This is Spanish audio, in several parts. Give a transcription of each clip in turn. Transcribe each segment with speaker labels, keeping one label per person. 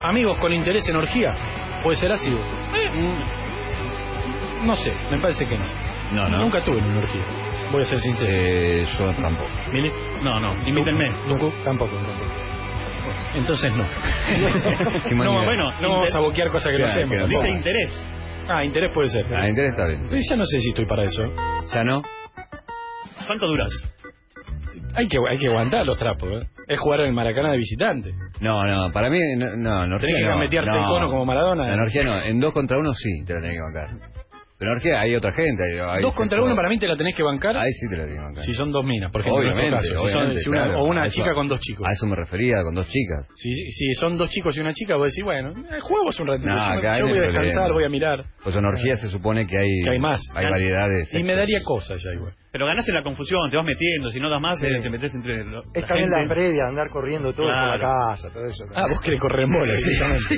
Speaker 1: amigos con interés en orgía. Puede ser ácido. Mm. No sé, me parece que no.
Speaker 2: No, no.
Speaker 1: Nunca tuve una orgía. Voy a ser sincero.
Speaker 2: Eh, yo tampoco.
Speaker 1: Mili- No, no, invítenme.
Speaker 3: Lucu, tampoco. tampoco.
Speaker 1: Entonces no.
Speaker 2: manera.
Speaker 1: no, bueno, no vamos a boquear cosas que no
Speaker 2: Claro,
Speaker 1: hacemos.
Speaker 2: claro.
Speaker 1: Dice
Speaker 2: Dice
Speaker 1: interés. Ah, interés puede ser.
Speaker 2: Ah, interés está bien.
Speaker 1: Yo ya no sé si estoy para eso. ¿eh?
Speaker 2: ¿Ya no?
Speaker 4: ¿Cuánto duras?
Speaker 1: Hay que, hay que aguantar los trapos. ¿eh? Es jugar en el Maracaná de visitante.
Speaker 2: No, no, para mí no, no energía
Speaker 1: Tenés que
Speaker 2: no,
Speaker 1: gambetearse
Speaker 2: no.
Speaker 1: el cono como Maradona.
Speaker 2: La energía no, en dos contra uno sí te la tenés que bancar. Pero energía hay otra gente. hay- hay-
Speaker 1: Dos contra
Speaker 2: se-
Speaker 1: uno para mí te la tenés que bancar
Speaker 2: Ahí sí te la tenés que bancar.
Speaker 1: si son dos minas, por ejemplo. en
Speaker 2: obviamente,
Speaker 1: nuestro caso. Si son-
Speaker 2: obviamente,
Speaker 1: si una-
Speaker 2: claro.
Speaker 1: O una
Speaker 2: A eso-
Speaker 1: chica con dos chicos.
Speaker 2: A eso me refería, con dos chicas.
Speaker 1: Si, si son dos chicos y una chica, vos decís, bueno, eh, juguemos un ratito.
Speaker 2: No,
Speaker 1: yo me-
Speaker 2: acá hay
Speaker 1: yo voy a
Speaker 2: problema.
Speaker 1: descansar, voy a mirar.
Speaker 2: Pues en orgía se supone que hay,
Speaker 1: Que hay más.
Speaker 2: hay variedades.
Speaker 1: Y me daría cosas ya igual.
Speaker 4: Pero ganás en la confusión, te vas metiendo, si no das más,
Speaker 3: Sí.
Speaker 4: eh, te metes entre lo-
Speaker 3: Es
Speaker 4: la
Speaker 3: también
Speaker 4: gente.
Speaker 3: la previa, andar corriendo todo por la
Speaker 4: Claro.
Speaker 3: casa, todo eso.
Speaker 1: Ah, vos querés correr en bola, directamente.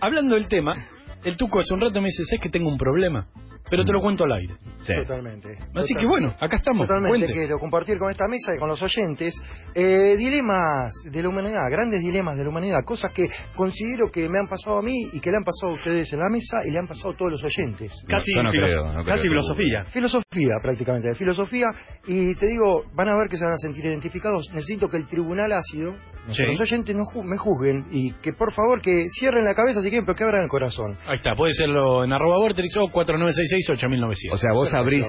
Speaker 1: Hablando del tema, el Tuco hace un rato me dice, es que tengo un problema, pero
Speaker 2: Mm.
Speaker 1: te lo cuento al aire.
Speaker 2: Sí.
Speaker 3: Totalmente.
Speaker 1: Así
Speaker 3: Total-
Speaker 1: que bueno, acá estamos.
Speaker 3: Totalmente
Speaker 1: Cuente.
Speaker 3: quiero compartir con esta mesa y con los oyentes eh, dilemas de la humanidad, grandes dilemas de la humanidad, cosas que considero que me han pasado a mí y que le han pasado a ustedes en la mesa y le han pasado a todos los oyentes.
Speaker 4: Casi,
Speaker 2: Yo no
Speaker 4: filo-
Speaker 2: creo, no creo
Speaker 4: casi
Speaker 2: que-
Speaker 4: filosofía.
Speaker 3: Filosofía, prácticamente, de filosofía. Y te digo, van a ver que se van a sentir identificados. Necesito que el tribunal ácido, los oyentes no ju- me juzguen y que por favor que cierren la cabeza si quieren, pero que abran el corazón.
Speaker 1: Ahí está, puede serlo en arroba vortex o 4966-8900.
Speaker 2: O sea, vos abrís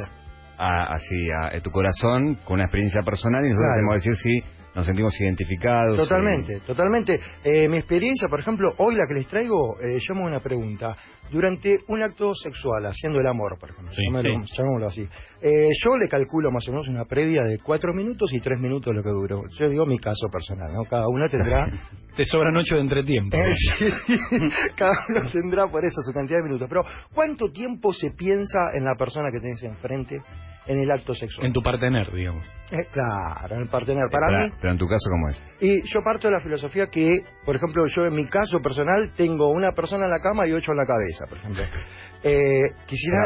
Speaker 2: a- así a, a tu corazón con una experiencia personal y nosotros
Speaker 3: Claro.
Speaker 2: tenemos que decir si nos sentimos identificados. si-
Speaker 3: Totalmente, totalmente. Eh, mi experiencia, por ejemplo, hoy la que les traigo, eh, llamo una pregunta. Durante un acto sexual, haciendo el amor, por ejemplo,
Speaker 1: Sí,
Speaker 3: llamémoslo, llamémoslo así, eh, yo le calculo más o menos una previa de cuatro minutos y tres minutos lo que duró. Yo digo mi caso personal, ¿no? Cada uno tendrá
Speaker 1: Te sobran ocho de entretiempo.
Speaker 3: Eh, sí, sí. Cada uno tendrá por eso su cantidad de minutos. Pero, ¿cuánto tiempo se piensa en la persona que tenés enfrente en el acto sexual?
Speaker 1: en tu partener, digamos.
Speaker 3: Eh, claro, en el partener.
Speaker 2: Eh,
Speaker 3: Para
Speaker 2: pará,
Speaker 3: mí.
Speaker 2: Pero en tu caso, ¿cómo es?
Speaker 3: Y yo parto de la filosofía que, por ejemplo, yo en mi caso personal tengo una persona en la cama y ocho en la cabeza, por ejemplo. Eh, quisiera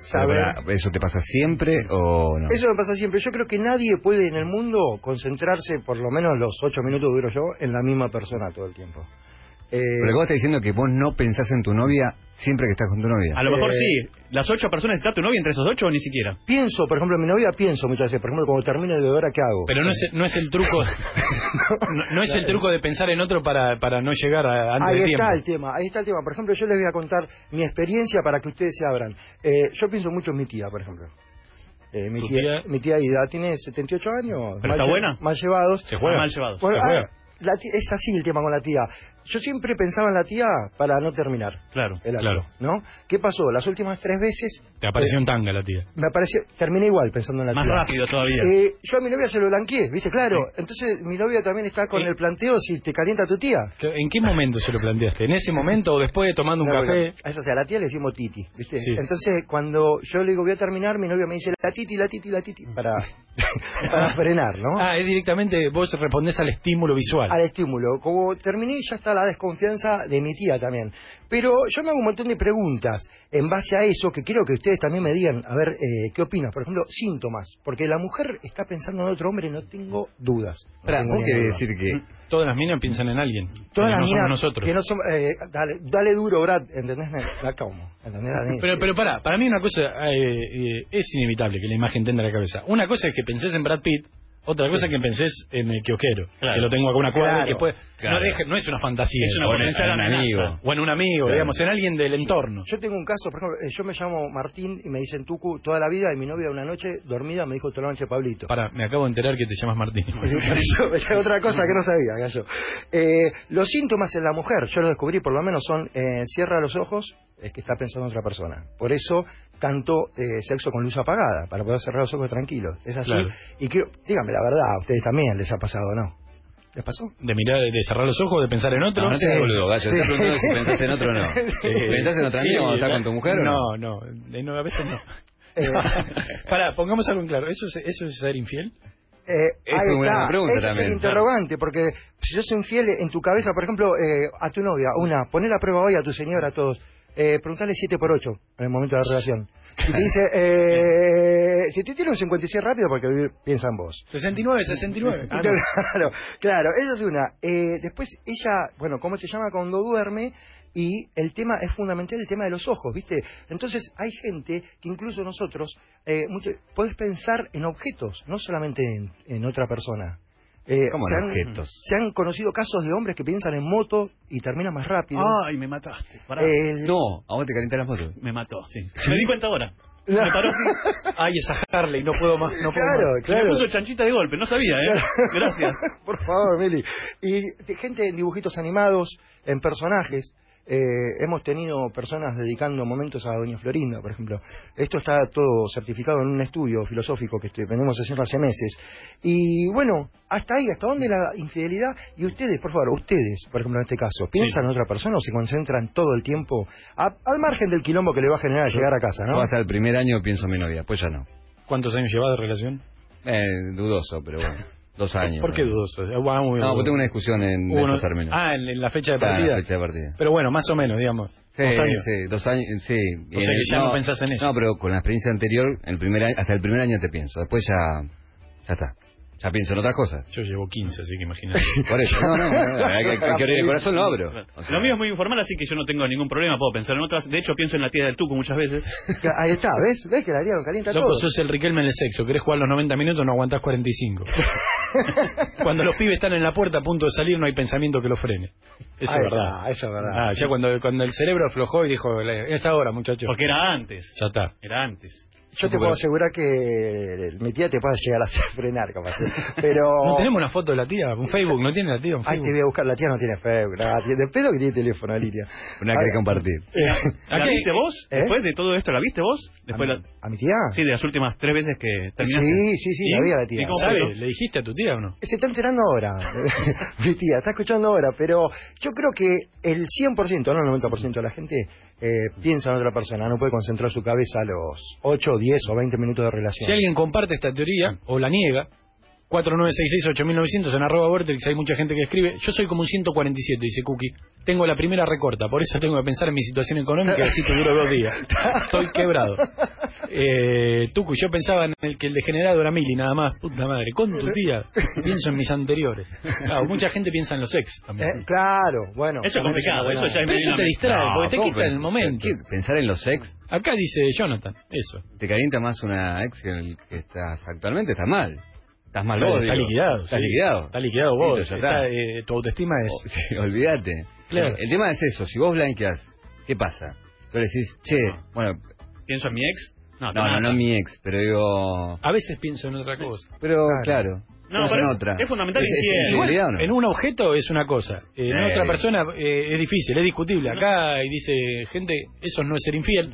Speaker 2: Ah, Pero
Speaker 3: saber.
Speaker 2: pará, ¿Eso te pasa siempre o no?
Speaker 3: Eso me pasa siempre. Yo creo que nadie puede en el mundo concentrarse, por lo menos los ocho minutos que duro yo, en la misma persona todo el tiempo. Eh,
Speaker 2: Pero vos estás diciendo que vos no pensás en tu novia siempre que estás con tu novia.
Speaker 4: A lo mejor
Speaker 3: Eh.
Speaker 4: sí, las ocho personas está tu novia entre esos ocho o ni siquiera.
Speaker 3: Pienso, por ejemplo, en mi novia pienso muchas veces, por ejemplo, cuando termino de hora, ¿qué hago?
Speaker 1: Pero no es, no es el truco no, no es el truco de pensar en otro para, para no llegar a, antes
Speaker 3: ahí
Speaker 1: de tiempo.
Speaker 3: está el tema, ahí está el tema. Por ejemplo, yo les voy a contar mi experiencia para que ustedes se abran. Eh, yo pienso mucho en mi tía, por ejemplo. Eh, mi,
Speaker 1: ¿Tu
Speaker 3: tía,
Speaker 1: tía?
Speaker 3: mi tía Ida tiene 78 años.
Speaker 4: ¿Pero
Speaker 3: mal
Speaker 4: está
Speaker 3: lle-
Speaker 4: buena?
Speaker 3: Mal llevados.
Speaker 1: Se juega.
Speaker 4: Mal llevado.
Speaker 3: Bueno,
Speaker 1: se juega.
Speaker 3: ah, la tía- es así el tema con la tía. Yo siempre pensaba en la tía para no terminar
Speaker 4: Claro.
Speaker 3: el acto,
Speaker 1: Claro.
Speaker 3: ¿no? ¿Qué pasó? Las últimas tres veces eh,
Speaker 1: Te apareció un tanga la tía.
Speaker 3: me apareció, terminé igual pensando en la
Speaker 4: Más
Speaker 3: tía.
Speaker 4: rápido todavía.
Speaker 3: Eh, yo a mi novia se lo blanqueé, ¿viste? Claro. Entonces mi novia también está con
Speaker 1: Sí.
Speaker 3: el planteo si te calienta tu tía.
Speaker 1: ¿En qué momento se lo planteaste? ¿En ese momento o después de tomando un
Speaker 3: No,
Speaker 1: café?
Speaker 3: porque A esa, a la tía le decimos Titi, ¿viste?
Speaker 1: Sí.
Speaker 3: Entonces, cuando yo le digo voy a terminar, mi novia me dice la Titi, la Titi, la Titi, para, para frenar, ¿no?
Speaker 1: Ah, es directamente vos respondés al estímulo visual.
Speaker 3: Al estímulo. Como terminé, ya está la desconfianza de mi tía también. Pero yo me hago un montón de preguntas en base a eso que quiero que ustedes también me digan, a ver, eh, ¿qué opinas? Por ejemplo, síntomas. Porque la mujer está pensando en otro hombre, no tengo dudas. No
Speaker 2: Pará,
Speaker 3: tengo
Speaker 2: vos
Speaker 3: ni
Speaker 2: querés
Speaker 3: duda.
Speaker 2: decir que
Speaker 1: Todas las minas piensan en alguien.
Speaker 3: Todas
Speaker 1: que
Speaker 3: las
Speaker 1: no somos
Speaker 3: minas
Speaker 1: nosotros.
Speaker 3: Que no somos, eh, dale, dale duro, Brad, ¿entendés? La como, ¿entendés? Dani?
Speaker 1: Pero, pero para, para mí una cosa eh, eh, es inevitable que la imagen tenga la cabeza. Una cosa es que pensés en Brad Pitt, otra cosa es que pensés en el kiosquero,
Speaker 4: Claro.
Speaker 1: que lo tengo acá una cuadra
Speaker 3: Claro.
Speaker 1: y que puede-
Speaker 2: Claro.
Speaker 1: no, deje- no es una fantasía,
Speaker 4: Es una
Speaker 1: o en-
Speaker 4: potencial
Speaker 1: en un
Speaker 4: amenaza.
Speaker 1: amigo. o en un amigo,
Speaker 2: Claro.
Speaker 1: digamos, en alguien del entorno.
Speaker 3: Yo tengo un caso, por ejemplo, eh, yo me llamo Martín y me dicen Tucu toda la vida y mi novia una noche dormida me dijo toda la noche Pablito.
Speaker 1: Para, me acabo de enterar que te llamas Martín.
Speaker 3: Gallo, otra cosa que no sabía, Gallo. Eh, los síntomas en la mujer, yo los descubrí por lo menos, son eh, cierra los ojos, es que está pensando en otra persona. Por eso, tanto eh, sexo con luz apagada, para poder cerrar los ojos tranquilos. Es así.
Speaker 1: Claro.
Speaker 3: Y quiero, dígame la verdad, a ustedes también les ha pasado, ¿no? ¿Les pasó?
Speaker 1: De mirar, de cerrar los ojos, de pensar en otro.
Speaker 2: Ah, No, no te hagas boludo, gallo.
Speaker 3: Sí.
Speaker 2: Estás preguntando si pensás en otro o no. ¿Pensás en otra
Speaker 1: Sí,
Speaker 2: amiga cuando estás
Speaker 1: la-
Speaker 2: con tu mujer o
Speaker 1: No, no, eh, no, a veces no.
Speaker 3: Eh,
Speaker 1: Pará, pongamos algo en claro. ¿Eso es, eso es ser infiel?
Speaker 3: Eh,
Speaker 2: Eso
Speaker 3: ahí
Speaker 2: es una
Speaker 3: está.
Speaker 2: pregunta
Speaker 3: Ese es
Speaker 2: también.
Speaker 3: el interrogante, porque si yo soy infiel en tu cabeza, por ejemplo, eh, a tu novia, una, poné la prueba hoy a tu señora, a todos, eh, preguntale 7 por 8 en el momento de la relación. Y te dice, eh, si te tiene un 56 rápido, porque vivir- piensa en vos.
Speaker 1: 69, 69. Ah, no.
Speaker 3: Claro, claro, eso es una. Eh, después ella, bueno, ¿cómo se llama cuando duerme? Y el tema es fundamental, el tema de los ojos, ¿viste? Entonces hay gente que incluso nosotros, eh, mucho- podés pensar en objetos, no solamente en, en otra persona. Eh,
Speaker 2: ¿Cómo
Speaker 3: se
Speaker 2: en
Speaker 3: han-
Speaker 2: objetos?
Speaker 3: Se han conocido casos de hombres que piensan en moto y terminan más rápido.
Speaker 1: Ah,
Speaker 4: Ay, me mataste. Pará.
Speaker 3: El-
Speaker 2: No, a vos te calientan las motos.
Speaker 4: Me mató, sí. Me di cuenta ahora. Me
Speaker 3: No.
Speaker 4: paró así.
Speaker 1: Ay, esa Harley, no puedo más. No puedo
Speaker 3: Claro,
Speaker 1: más.
Speaker 3: claro.
Speaker 4: Se me puso chanchita de golpe. No sabía, ¿eh? Gracias.
Speaker 3: Por favor, Meli. Y de gente en dibujitos animados, en personajes. Eh, hemos tenido personas dedicando momentos a Doña Florinda, por ejemplo. Esto está todo certificado en un estudio filosófico que este- venimos haciendo hace meses. Y bueno, hasta ahí, hasta dónde la infidelidad. Y ustedes, por favor, ustedes, por ejemplo, en este caso, ¿piensan en otra persona o se concentran todo el tiempo a- al margen del quilombo que le va a generar llegar a casa,
Speaker 2: Yo
Speaker 3: no?
Speaker 2: hasta el primer año pienso en mi novia, pues ya no.
Speaker 1: ¿Cuántos años llevas de relación?
Speaker 2: Eh, dudoso, pero bueno. Dos años.
Speaker 1: ¿Por qué dudoso? Eh, bueno, muy-
Speaker 2: No, pues tengo una discusión en
Speaker 1: Hubo uno-
Speaker 2: esos términos.
Speaker 1: Ah, en, en la fecha de
Speaker 2: Claro, en
Speaker 1: partida.
Speaker 2: la fecha de partida.
Speaker 1: Pero bueno, más o menos, digamos.
Speaker 2: Sí,
Speaker 1: Dos años.
Speaker 2: sí, dos años, sí. Y
Speaker 1: O
Speaker 2: en
Speaker 1: sea que
Speaker 2: el-
Speaker 1: ya no pensás en eso.
Speaker 2: No, pero con la experiencia anterior, el primer año- hasta el primer año te pienso. Después ya, ya está. Ya pienso en otras cosas.
Speaker 1: Yo llevo 15, así que imagínate.
Speaker 2: Por eso. No, no, no, hay, que- hay que abrir el corazón, no, pero. o sea,
Speaker 4: Lo mío es muy informal, así que yo no tengo ningún problema. Puedo pensar en otras. De hecho, pienso en la tía del Tuco muchas veces.
Speaker 3: Ahí está, ¿ves? ¿Ves que la harían calienta
Speaker 1: Loco,
Speaker 3: todo?
Speaker 1: sos el Riquelme en el sexo. Querés jugar los 90 minutos, no aguantás 45. cuando los pibes están en la puerta a punto de salir, no hay pensamiento que los frene. Eso
Speaker 3: Ahí
Speaker 1: es verdad.
Speaker 3: está, eso es verdad.
Speaker 1: Ah, ya cuando, cuando el cerebro aflojó y dijo, esta hora, muchachos.
Speaker 4: Porque era antes.
Speaker 1: Ya está.
Speaker 4: Era antes.
Speaker 3: Yo te puedo asegurar que mi tía te puede llegar a hacer frenar, capaz. ¿eh? Pero.
Speaker 1: No tenemos una foto de la tía, un Facebook, no tiene la tía un
Speaker 3: Oh. Ay, te
Speaker 1: Facebook.
Speaker 3: voy a buscar. La tía no tiene Facebook. nada, tiene- De pedo que tiene teléfono, Lidia.
Speaker 2: Una que compartir.
Speaker 1: ¿A
Speaker 4: ¿La
Speaker 1: qué?
Speaker 4: viste vos?
Speaker 3: ¿Eh?
Speaker 4: Después de todo esto, ¿la viste vos? Después
Speaker 3: ¿A,
Speaker 4: la...
Speaker 3: mi- a mi tía?
Speaker 4: Sí, de las últimas tres veces que terminaste.
Speaker 3: sí, sí, sí,
Speaker 4: ¿Y?
Speaker 3: la vi a la tía.
Speaker 4: ¿Y cómo
Speaker 1: ¿Sabe?
Speaker 4: fue?
Speaker 1: ¿Le dijiste a tu tía o no?
Speaker 3: Se está enterando ahora, mi tía, está escuchando ahora, pero yo creo que el 100%, no el 90% de la gente eh, piensa en otra persona, no puede concentrar su cabeza a los 8, 10 o 20 minutos de relación.
Speaker 1: Si alguien comparte esta teoría o la niega, 4966-8900 en arroba Vortex, hay mucha gente que escribe. Yo soy como un 147, dice Cookie. Tengo la primera recorta, por eso tengo que pensar en mi situación económica, así que duro dos días. Estoy quebrado. Eh, Tucu, yo pensaba en el que el degenerado era Mili, nada más. Puta madre, con tu tía. Pienso en mis anteriores. Claro, mucha gente piensa en los ex
Speaker 3: Eh,
Speaker 1: también.
Speaker 3: Claro, bueno.
Speaker 4: Eso es
Speaker 3: también
Speaker 4: complicado,
Speaker 3: una buena-
Speaker 4: eso ya es
Speaker 1: Pero eso te distrae, porque te
Speaker 2: ¿cómo
Speaker 1: quita en el
Speaker 2: pensar?
Speaker 1: momento.
Speaker 2: ¿Qué? Pensar en los ex,
Speaker 1: Acá dice Jonathan, eso.
Speaker 2: te calienta más una ex que el que estás actualmente, estás mal. Estás mal
Speaker 1: Claro,
Speaker 2: vos,
Speaker 1: está
Speaker 2: digo.
Speaker 1: liquidado.
Speaker 2: Estás
Speaker 1: sí.
Speaker 2: liquidado.
Speaker 1: Está liquidado vos.
Speaker 2: Listo, ya
Speaker 1: Está,
Speaker 2: está.
Speaker 1: eh, tu autoestima es...
Speaker 2: O- sí, olvídate.
Speaker 1: Claro.
Speaker 2: El tema es eso, si vos blanqueás, ¿qué pasa? Tú le decís, che, bueno,
Speaker 4: ¿Pienso en mi ex?
Speaker 2: no,
Speaker 4: No,
Speaker 2: no, no,
Speaker 4: nada.
Speaker 2: mi ex, pero digo...
Speaker 1: A veces pienso en otra cosa.
Speaker 2: Pero
Speaker 3: Claro.
Speaker 2: claro,
Speaker 4: No,
Speaker 2: piensa en
Speaker 4: pero
Speaker 2: otra.
Speaker 4: es fundamental en
Speaker 2: es
Speaker 4: quién.
Speaker 2: infidelidad o no?
Speaker 1: En un objeto es una cosa, en
Speaker 2: Eh.
Speaker 1: otra persona eh, es difícil, es discutible. Acá y dice gente, eso no es ser infiel,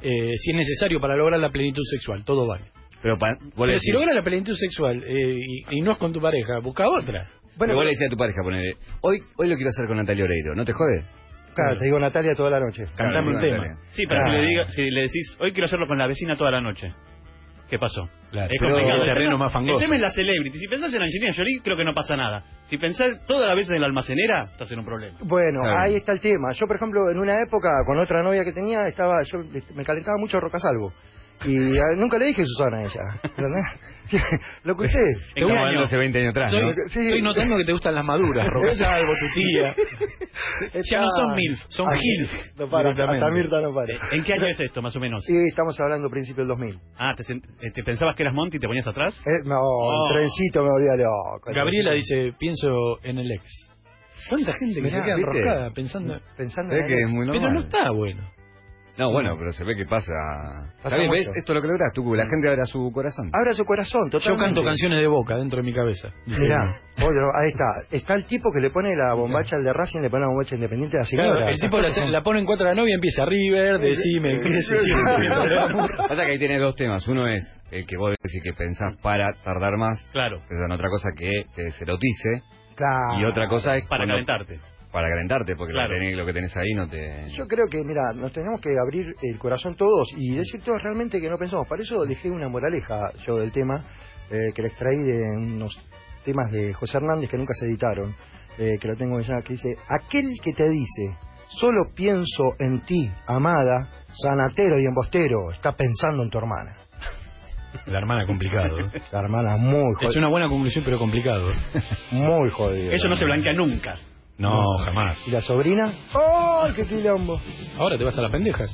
Speaker 1: eh, si es necesario para lograr la plenitud sexual, todo vale.
Speaker 2: Pero, pa- vos le
Speaker 1: Pero
Speaker 2: decís,
Speaker 1: si logras la plenitud sexual eh, y, y no es con tu pareja, busca otra.
Speaker 2: pero vos le decís a tu pareja, ponele, hoy, hoy lo quiero hacer con Natalia Oreiro, ¿no te jode?
Speaker 3: Claro, te digo Natalia toda la noche.
Speaker 1: Cantame un
Speaker 2: Natalia.
Speaker 1: tema.
Speaker 4: Sí, pero
Speaker 3: Ah.
Speaker 4: si, le diga- si le decís, hoy quiero hacerlo con la vecina toda la noche. ¿Qué pasó?
Speaker 1: Claro,
Speaker 4: es
Speaker 1: pero
Speaker 4: complicado.
Speaker 1: el terreno
Speaker 4: tema-
Speaker 1: más fangoso.
Speaker 4: El tema es la celebrity. Si pensás en la Angelina Jolie, creo que no pasa nada. Si pensás todas las veces en la almacenera, estás en un problema.
Speaker 3: Bueno,
Speaker 2: Claro.
Speaker 3: ahí está el tema. Yo, por ejemplo, en una época, con otra novia que tenía, estaba yo este, me calentaba mucho Rocasalvo. Y ah, nunca le dije Susana a ella. ¿entendés? Sí, Lo que usted.
Speaker 4: ¿En qué
Speaker 2: Estamos
Speaker 4: año?
Speaker 2: hablando hace 20 años atrás,
Speaker 1: Estoy,
Speaker 2: ¿no?
Speaker 3: Sí.
Speaker 1: estoy notando que te gustan las maduras, Rocasalvo, tu tía. Ya no son MILF, son
Speaker 3: Ah,
Speaker 1: GILF,
Speaker 3: No para,
Speaker 1: directamente. Eh,
Speaker 3: hasta Mirta no para.
Speaker 4: ¿En qué año es esto, más o menos?
Speaker 3: Sí, estamos hablando principio del 2000.
Speaker 4: Ah, ¿te, sent- eh, te pensabas que eras Monty y te ponías atrás?
Speaker 3: Eh, no,
Speaker 4: Oh.
Speaker 3: el trencito me volvía loco. el
Speaker 1: Gabriela
Speaker 3: trencito.
Speaker 1: dice, pienso en el ex. ¿Cuánta gente que se
Speaker 3: Mirá,
Speaker 1: queda
Speaker 2: ¿viste?
Speaker 1: enroscada pensando...
Speaker 3: Pensando
Speaker 2: Se ve
Speaker 3: en
Speaker 2: que
Speaker 3: el
Speaker 2: es
Speaker 3: ex.
Speaker 2: muy normal.
Speaker 1: Pero no está bueno.
Speaker 2: No, bueno, pero se ve que pasa... Mm. Ah.
Speaker 3: Pasa
Speaker 2: También, ¿ves?
Speaker 3: mucho.
Speaker 2: Esto es lo que lográs tú, la gente abra su corazón.
Speaker 3: Abra su corazón,
Speaker 1: Yo
Speaker 3: totalmente.
Speaker 1: canto canciones de boca dentro de mi cabeza. dice
Speaker 3: Mirá, otro, ahí está. Está el tipo que le pone la bombacha al de Racing, le pone la bombacha independiente a la
Speaker 1: Claro,
Speaker 3: señora.
Speaker 1: el tipo la, la pone en cuatro de la novia y empieza River, decime, ¿qué se siente?
Speaker 2: Pasa que ahí tiene dos temas. Uno es el que vos decís que pensás para tardar más,
Speaker 4: Claro,
Speaker 2: pero en otra cosa que te deserotice.
Speaker 3: Claro.
Speaker 2: y otra cosa es...
Speaker 4: para
Speaker 2: cuando-
Speaker 4: calentarte.
Speaker 2: Para calentarte, porque
Speaker 4: Claro.
Speaker 2: lo, tenés- lo que tenés ahí no te...
Speaker 3: Yo creo que, mira, nos tenemos que abrir el corazón todos y decir todos realmente que no pensamos. Para eso dejé una moraleja yo del tema, eh, que la extraí de unos temas de José Hernández que nunca se editaron, eh, que lo tengo ya, que dice, aquel que te dice, Solo pienso en ti, amada, sanatero y embostero. Está pensando en tu hermana.
Speaker 1: La hermana complicado. ¿eh?
Speaker 3: La hermana muy
Speaker 1: Es
Speaker 3: jodida.
Speaker 1: una buena conclusión, pero complicado.
Speaker 3: Muy jodida.
Speaker 4: Eso no se blanquea nunca.
Speaker 1: No, jamás.
Speaker 3: ¿Y la sobrina? ¡Oh, qué quilombo!
Speaker 1: Ahora te vas a la pendeja.